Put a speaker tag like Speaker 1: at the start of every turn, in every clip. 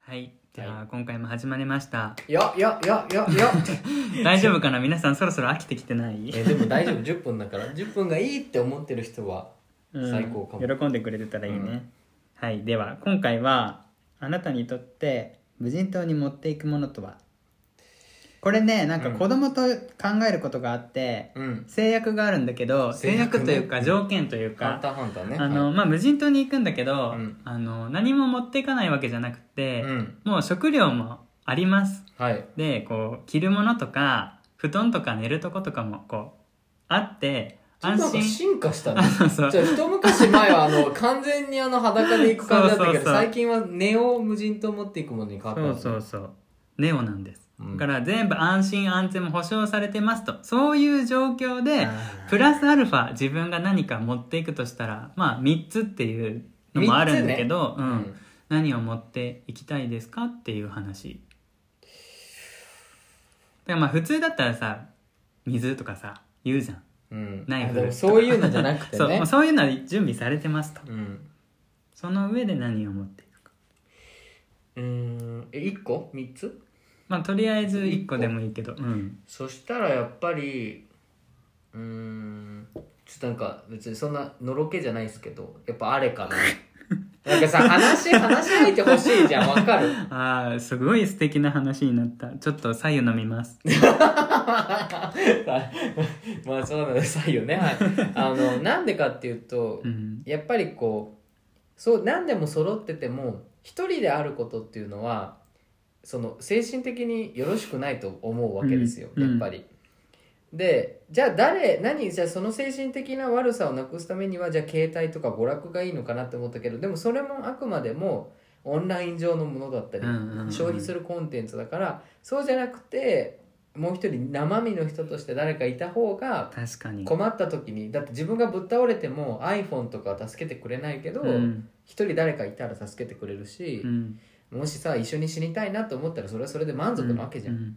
Speaker 1: はいじゃあ、今回も始まりました
Speaker 2: よよよよよ
Speaker 1: 大丈夫かな皆さんそろそろ飽きてきてない
Speaker 2: えでも大丈夫10分だから10分がいいって思ってる人は
Speaker 1: うん
Speaker 2: 最高かも
Speaker 1: 喜んでくれてたらいいね、はいでは今回はあなたにとって無人島に持っていくものとはこれねなんか子供と考えることがあって、
Speaker 2: うん
Speaker 1: 制約があるんだけど制
Speaker 2: 制約
Speaker 1: 約と
Speaker 2: ね
Speaker 1: いうか条件という
Speaker 2: 「ハン
Speaker 1: か、
Speaker 2: ターハンターね」
Speaker 1: あの
Speaker 2: はい
Speaker 1: まあ、無人島に行くんだけど、
Speaker 2: うん
Speaker 1: あの何も持っていかないわけじゃなくて、
Speaker 2: うん
Speaker 1: もう食料もあります
Speaker 2: はい
Speaker 1: でこう着るものとか布団とか寝るとことかもこうあって
Speaker 2: なん
Speaker 1: 安
Speaker 2: か
Speaker 1: 心
Speaker 2: 進化したね
Speaker 1: そう
Speaker 2: じゃあ一昔前はあの完全にあの裸で行く感じだったけど
Speaker 1: そうそうそう
Speaker 2: 最近はネオ無人島持っていくものに変わった
Speaker 1: そうそ
Speaker 2: の
Speaker 1: う
Speaker 2: ね
Speaker 1: そうネオなんです、
Speaker 2: うん
Speaker 1: だから全部安心安全も保証されてますとそういう状況で
Speaker 2: あー
Speaker 1: プラスアルファ自分が何か持っていくとしたらまあ3つっていうのもあるんだけど、う
Speaker 2: うんん
Speaker 1: 何を持っていきたいですかっていう話だからまあ普通だったらさ水とかさ言うじゃん
Speaker 2: うん
Speaker 1: ナイフ
Speaker 2: あでもそういうのじゃなくて
Speaker 1: そうも
Speaker 2: ね
Speaker 1: うそういうのは準備されてますと
Speaker 2: うん
Speaker 1: その上で何を持っていくか
Speaker 2: うーんえ1個3つ
Speaker 1: まあとりあえず1個でもいいけどうん
Speaker 2: そしたらやっぱりうーんちょっとなんか別にそんなのろけじゃないですけどやっぱあれかななんかさ話話し相手欲しいじゃんわかる
Speaker 1: ああすごい素敵な話になったちょっと左右飲みます
Speaker 2: まあそうなんですよねはいあのなんでかっていうと
Speaker 1: うん
Speaker 2: やっぱりこうそう何でも揃ってても一人であることっていうのはその精神的によろしくないと思うわけですよ、
Speaker 1: うん
Speaker 2: やっぱり。でじゃあ誰何じゃあその精神的な悪さをなくすためにはじゃあ携帯とか娯楽がいいのかなって思ったけどでもそれもあくまでもオンライン上のものだったり、
Speaker 1: うんうんうん
Speaker 2: 消費するコンテンツだからそうじゃなくてもう一人生身の人として誰かいた方が
Speaker 1: 確かに
Speaker 2: 困った時にだって自分がぶっ倒れても iPhone とかは助けてくれないけど
Speaker 1: うん
Speaker 2: 一、人誰かいたら助けてくれるし
Speaker 1: う、ん
Speaker 2: もしさ一緒に死にたいなと思ったらそれはそれで満足なわけじゃん、
Speaker 1: う
Speaker 2: っ
Speaker 1: ん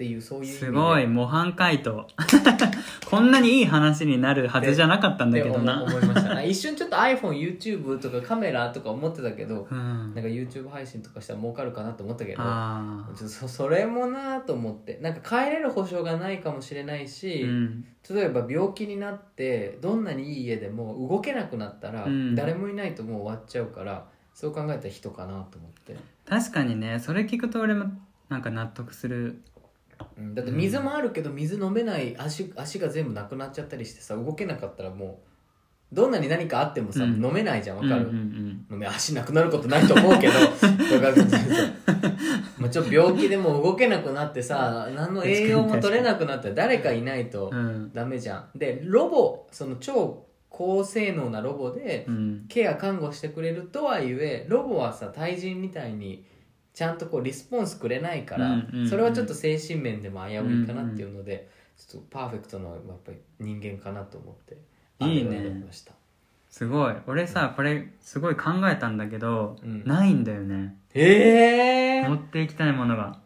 Speaker 2: ていうそういう意味です
Speaker 1: ごい模範解答 こんなにいい話になるはずじゃなかったんだ
Speaker 2: で
Speaker 1: けどな
Speaker 2: 思いましたね一瞬ちょっと iPhoneyouTube とかカメラとか思ってたけど
Speaker 1: う
Speaker 2: なん
Speaker 1: ん
Speaker 2: か YouTube 配信とかしたら儲かるかなと思ったけど
Speaker 1: あ
Speaker 2: ちょっとそそれもなぁと思ってなんか帰れる保証がないかもしれないし、
Speaker 1: ーうん
Speaker 2: 例えば病気になってどんなにいい家でも動けなくなったら
Speaker 1: うん
Speaker 2: 誰もいないともう終わっちゃうから、そう考えたら人かなと思って、
Speaker 1: 確かにねそれ聞くと俺もなんか納得する
Speaker 2: うんだって水もあるけど水飲めない足足が全部なくなっちゃったりしてさ動けなかったらもうどんなに何かあってもさ、
Speaker 1: うん
Speaker 2: 飲めないじゃんわか
Speaker 1: う
Speaker 2: る、
Speaker 1: んうん
Speaker 2: 飲め足なくなることないと思うけどわかるまあちょっと病気でも動けなくなってさ何の栄養も取れなくなったら誰かいないと
Speaker 1: うんうん
Speaker 2: ダメじゃんでロボその超高性能なロボで
Speaker 1: うん
Speaker 2: ケア看護してくれるとはいえロボはさ対人みたいにちゃんとこうリスポンスくれないから、
Speaker 1: うんうんうん
Speaker 2: それはちょっと精神面でも危ういかなっていうので、ちょっとパーフェクトのやっぱり人間かなと思って
Speaker 1: いいね
Speaker 2: あれを選びました
Speaker 1: すごい俺さこれすごい考えたんだけど、
Speaker 2: うん
Speaker 1: ないんだよね
Speaker 2: え
Speaker 1: 持っていきたいものが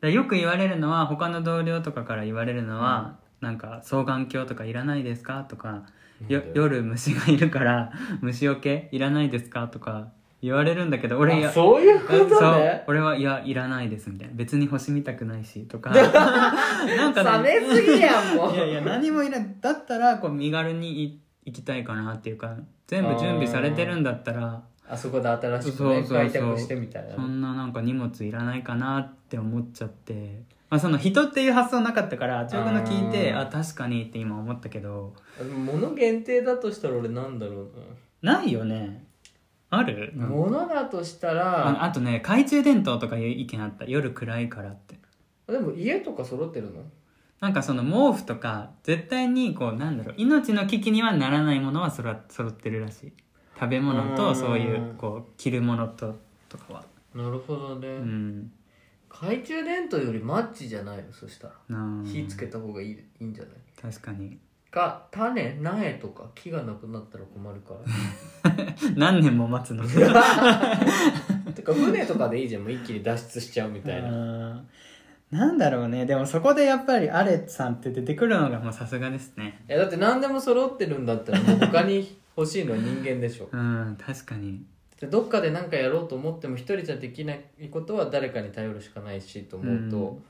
Speaker 1: でよく言われるのは他の同僚とかから言われるのは、なんか双眼鏡とかいらないですかとかよ夜虫がいるから 虫よけいらないですかとか言われるんだけど俺いや
Speaker 2: そういうこ
Speaker 1: そ
Speaker 2: と
Speaker 1: う
Speaker 2: ね
Speaker 1: 俺はいやいらないですみたいな別に星見たくないしと かなんかね
Speaker 2: 冷めすぎやんもう
Speaker 1: いやいや何もいらだったらこう身軽にい行きたいかなっていうか全部準備されてるんだったら
Speaker 2: あそこで新しくね
Speaker 1: そうそうそう
Speaker 2: 開拓してみたいな
Speaker 1: そんななんか荷物いらないかなって思っちゃって、まあ、その人っていう発想なかったからちょうどの聞いて
Speaker 2: あ
Speaker 1: あ
Speaker 2: ー
Speaker 1: 確かにって今思ったけど
Speaker 2: 物限定だとしたら俺なんだろう
Speaker 1: ないよねある、
Speaker 2: な、物だとしたら
Speaker 1: ああとね懐中電灯とかいう意見あった夜暗いからって
Speaker 2: でも家とか揃ってるの
Speaker 1: なんかその毛布とか絶対にこうなんだろう命の危機にはならないものはそら揃ってるらしい食べ物
Speaker 2: う
Speaker 1: と
Speaker 2: ん
Speaker 1: そういうこう着るものととかは
Speaker 2: なるほどね、
Speaker 1: うん
Speaker 2: 懐中電灯よりマッチじゃないよそしたら、
Speaker 1: なあ
Speaker 2: 火つけた方がいいいいんじゃない
Speaker 1: 確かに
Speaker 2: か種苗とか木がなくなったら困るから
Speaker 1: 何年も待つの
Speaker 2: てか船とかでいいじゃんもう一気に脱出しちゃうみたいな
Speaker 1: な。なんだろうね。でもそこでやっぱりアレさんって出てくるのがもうさすがですね。
Speaker 2: えだって何でも揃ってるんだったらもう他に欲しいのは人間でしょ
Speaker 1: うん、確かに。
Speaker 2: でどっかで何かやろうと思っても一人じゃできないことは誰かに頼るしかないしと思うと、
Speaker 1: うん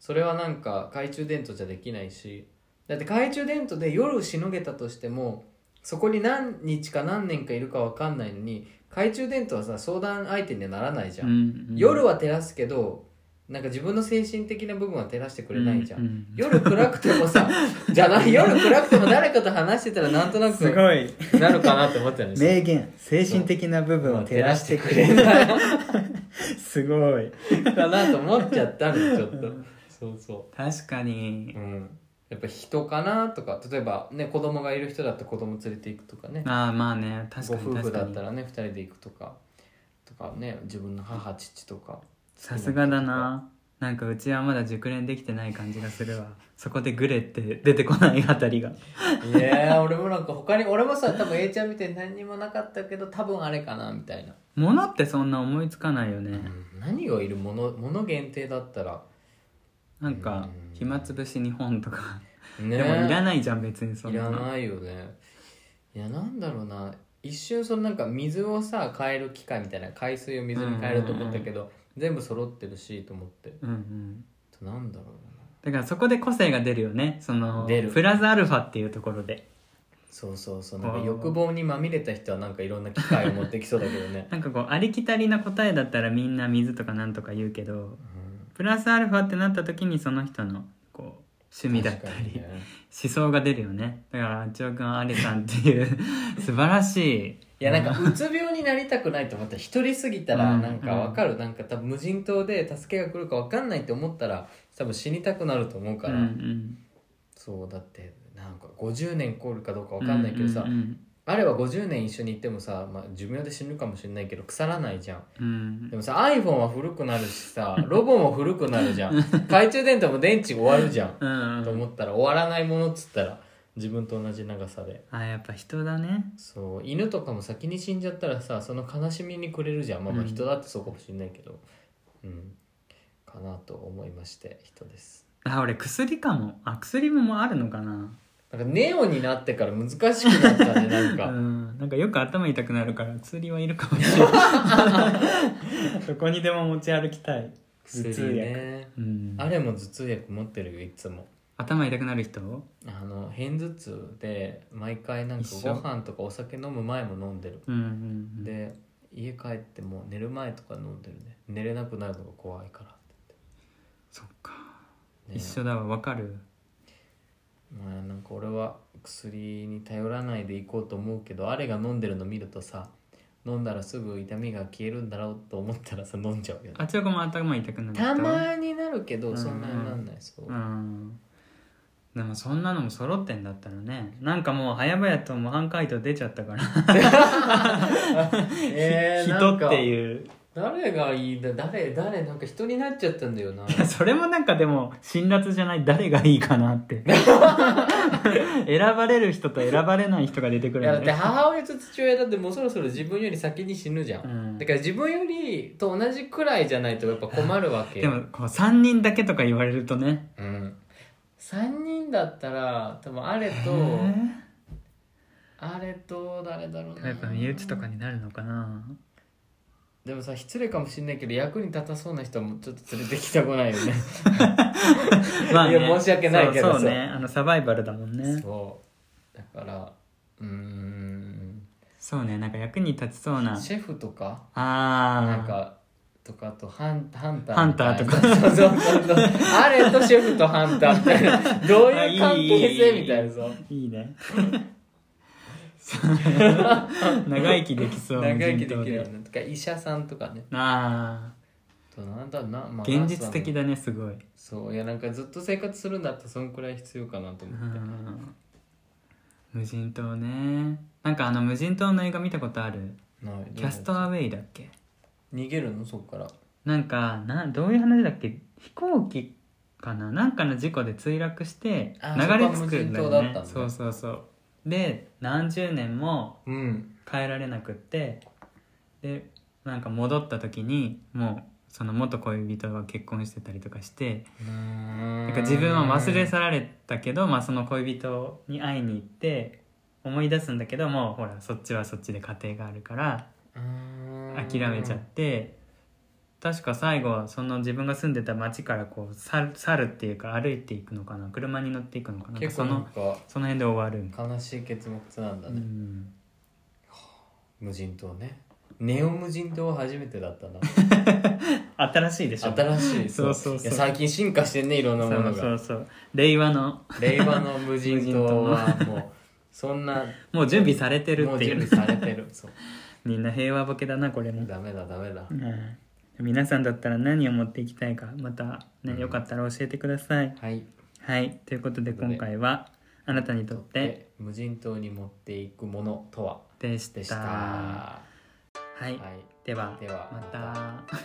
Speaker 2: それはなんか懐中電灯じゃできないしだって懐中電灯で夜しのげたとしてもそこに何日か何年かいるか分かんないのに懐中電灯はさ相談相手にはならないじゃん、
Speaker 1: ん
Speaker 2: 夜
Speaker 1: は
Speaker 2: は照らすけどなんか自分の精神的な部分は照らしてくれないじゃん、
Speaker 1: うう
Speaker 2: 夜暗くて もさじゃない夜暗くても誰かと話してたらなんとな
Speaker 1: す
Speaker 2: く
Speaker 1: ごい
Speaker 2: なるかなって思ったんですよ
Speaker 1: 名言精神的な部分を照らしてくれる
Speaker 2: ない
Speaker 1: すごい
Speaker 2: かなと思っちゃったのちょっとそうそ
Speaker 1: 確かに
Speaker 2: ううんやっぱ人かなとか例えばね子供がいる人だったら子供連れて行くとかね
Speaker 1: ああまあね確か
Speaker 2: ご
Speaker 1: に
Speaker 2: 夫婦
Speaker 1: 確か
Speaker 2: だった
Speaker 1: に
Speaker 2: らね2人で行くとかとかね自分の母父とか
Speaker 1: さすがだななんかうちはまだ熟練できてない感じがするわそこでグレって出てこないあたりが
Speaker 2: いやー俺もなんか他に俺もさ多分 A ちゃんみたいに何にもなかったけど多分あれかなみたいな
Speaker 1: 物ってそんな思いつかないよね、
Speaker 2: 何がいるものもの限定だったら
Speaker 1: なんか
Speaker 2: うん
Speaker 1: 暇つぶし日本とか、
Speaker 2: ね
Speaker 1: でもいらないじゃん別にそん
Speaker 2: い
Speaker 1: な
Speaker 2: ら
Speaker 1: の
Speaker 2: ないよねいやなんだろうな一瞬そのなんか水をさ変える機械みたいな海水を水に変えると思ったけど、全部揃ってるしと思って
Speaker 1: うんうん
Speaker 2: あとなんだろうな
Speaker 1: だからそこで個性が出るよねその
Speaker 2: 出る
Speaker 1: プラザアルファっていうところで
Speaker 2: そうそうそうなんか
Speaker 1: あー、
Speaker 2: 欲望にまみれた人はなんかいろんな機械を持ってきそうだけどね
Speaker 1: なんかこうありきたりな答えだったらみんな水とかなんとか言うけどプラスアルファってなった時にその人のこう趣
Speaker 2: うん、
Speaker 1: 味だった
Speaker 2: 確か
Speaker 1: り、
Speaker 2: にね
Speaker 1: 思想が出るよねだから千代君はアリさんって いう素晴らしい
Speaker 2: いやなんかうつ病になりたくないと思った一人すぎたら
Speaker 1: うん
Speaker 2: なんかわかる、なんか多分無人島で助けが来るかわかんないって思ったら多分死にたくなると思うから、
Speaker 1: うんうん、
Speaker 2: そうだってなんか50年来るかどうかわかんないけどさ、
Speaker 1: うんうん
Speaker 2: あれば50年一緒にいてもさ、まあ、寿命で死ぬかもしれないけど腐らないじゃん
Speaker 1: うん
Speaker 2: でもさ iPhone は古くなるし さロボも古くなるじゃん懐中電灯も電池終わるじゃん
Speaker 1: うんうん
Speaker 2: と
Speaker 1: うん
Speaker 2: 思ったら終わらないものっつったら自分と同じ長さで
Speaker 1: あやっぱ人だね
Speaker 2: そう犬とかも先に死んじゃったらさその悲しみにくれるじゃんまあまあ
Speaker 1: うん
Speaker 2: 人だってそうかもしれないけどうんかなと思いまして人です
Speaker 1: あ俺薬かもあ薬ももうあるのかな
Speaker 2: なんかネオになってから難しくなったねなん
Speaker 1: う
Speaker 2: か
Speaker 1: んなんかよく頭痛くなるから薬はいるかもしれ ないどこにでも持ち歩きたい 頭痛
Speaker 2: 薬ね
Speaker 1: うん
Speaker 2: あれも頭痛薬持ってるよいつも
Speaker 1: 頭痛くなる人
Speaker 2: あの偏頭痛で毎回なんか
Speaker 1: 一
Speaker 2: ご
Speaker 1: 緒
Speaker 2: 飯とかお酒飲む前も飲んでる
Speaker 1: うんうんうん
Speaker 2: で家帰っても寝る前とか飲んでるね寝れなくなるのが怖いからって
Speaker 1: そっか
Speaker 2: 言って、ね、
Speaker 1: 一緒だわわかる
Speaker 2: まあなんか俺は薬に頼らないでいこうと思うけどあれが飲んでるの見るとさ飲んだらすぐ痛みが消えるんだろうと思ったらさ飲んじゃうよね
Speaker 1: あちよこも頭痛くなる人
Speaker 2: たまになるけど
Speaker 1: うん
Speaker 2: そんなになんないそう
Speaker 1: う、んでもそんなのも揃ってんだったらねなんかもう早々と模範解答出ちゃったから
Speaker 2: えー、な
Speaker 1: 人
Speaker 2: んか
Speaker 1: っていう
Speaker 2: 誰がいいんだ誰誰なんか人になっちゃったんだよない
Speaker 1: やそれもなんかでも辛辣じゃない誰がいいかなって 選ばれる人と選ばれない人が出てく
Speaker 2: い
Speaker 1: る
Speaker 2: やだ
Speaker 1: よ
Speaker 2: っ
Speaker 1: ね
Speaker 2: て母親と父親だってもうそろそろ自分より先に死ぬじゃん、
Speaker 1: うん
Speaker 2: だから自分よりと同じくらいじゃないとやっぱ困るわけ
Speaker 1: でもこう3人だけとか言われるとね
Speaker 2: うん、3人だったら多分あれと
Speaker 1: え
Speaker 2: あれと誰だろう
Speaker 1: ーやっぱ身内とかになるのかな
Speaker 2: でもさ失礼かもしんないけど役に立たそうな人はもうちょっと連れてきてこないよねいや申し訳ないけど
Speaker 1: そう
Speaker 2: さ
Speaker 1: そうねあのサバイバルだもんね
Speaker 2: そうだからうーん
Speaker 1: そうねなんか役に立ちそうな
Speaker 2: シェフとか
Speaker 1: あー
Speaker 2: なんかとかあとハンハンター
Speaker 1: ハンターとか
Speaker 2: みたいなそうそうそうそうあれとシェフとハンターみたいなどう
Speaker 1: あい
Speaker 2: い
Speaker 1: うい
Speaker 2: 関係性みたいなそう
Speaker 1: いい ね長生きでき そう
Speaker 2: 長生きで
Speaker 1: 無人島
Speaker 2: きるよねとか医者さんとかね
Speaker 1: あ
Speaker 2: あとなんだろうな、ま
Speaker 1: あ
Speaker 2: あ、
Speaker 1: 現実的
Speaker 2: だ
Speaker 1: だねすごい
Speaker 2: そういやなんかずっと生活するんだったらそんくらい必要かなと
Speaker 1: う
Speaker 2: 思って、
Speaker 1: ん無人島ねなんかあの無人島の映画見たことある
Speaker 2: ないどう
Speaker 1: キャストアウェイだっけ
Speaker 2: 逃げるのそっから
Speaker 1: なんかなどういう話だっけ飛行機かななんかの事故で墜落して
Speaker 2: あ
Speaker 1: 流れ着くんだ
Speaker 2: そ
Speaker 1: よ
Speaker 2: こは無人島だっ
Speaker 1: ね
Speaker 2: たんだ
Speaker 1: そうそうそうで何十年も
Speaker 2: うん
Speaker 1: 変えられなくってでなんか戻った時にもうその元恋人が結婚してたりとかして
Speaker 2: な
Speaker 1: なんか自分は忘れ去られたけど、まあ、その恋人に会いに行って思い出すんだけどもうほらそっちはそっちで家庭があるから
Speaker 2: うーん
Speaker 1: 諦めちゃって確か最後はその自分が住んでた町からこう去る去るっていうか歩いていくのかな車に乗っていくのかな
Speaker 2: 結
Speaker 1: そ
Speaker 2: 構なん
Speaker 1: の
Speaker 2: か
Speaker 1: その辺で終わるみたい
Speaker 2: 悲しい結末なんだ
Speaker 1: な、
Speaker 2: ね、
Speaker 1: うん
Speaker 2: 無人島ねネオ無人島は初めてだったな
Speaker 1: 新しいでしょ
Speaker 2: 新しい
Speaker 1: そうそうそう
Speaker 2: いや最近進化してんねいろんなものが
Speaker 1: そうそうそう令和の
Speaker 2: 令和の無人島はもうそんな
Speaker 1: もう準備されてる
Speaker 2: も
Speaker 1: っ
Speaker 2: う
Speaker 1: てい
Speaker 2: 準備
Speaker 1: う
Speaker 2: されてるそう
Speaker 1: みんな平和ボケだなこれも、
Speaker 2: ダメだダメだ
Speaker 1: うん皆さんだったら何を持っていきたいかまたね、
Speaker 2: うん
Speaker 1: よかったら教えてください
Speaker 2: はい
Speaker 1: はいということで今回はあなたにとって
Speaker 2: で無人島に持っていくものとは
Speaker 1: でし
Speaker 2: でしたたは
Speaker 1: はい
Speaker 2: い、
Speaker 1: では
Speaker 2: では
Speaker 1: また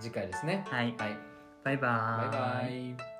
Speaker 2: 次回ですね
Speaker 1: はい
Speaker 2: はい
Speaker 1: バイバ
Speaker 2: バ
Speaker 1: ー
Speaker 2: イバイ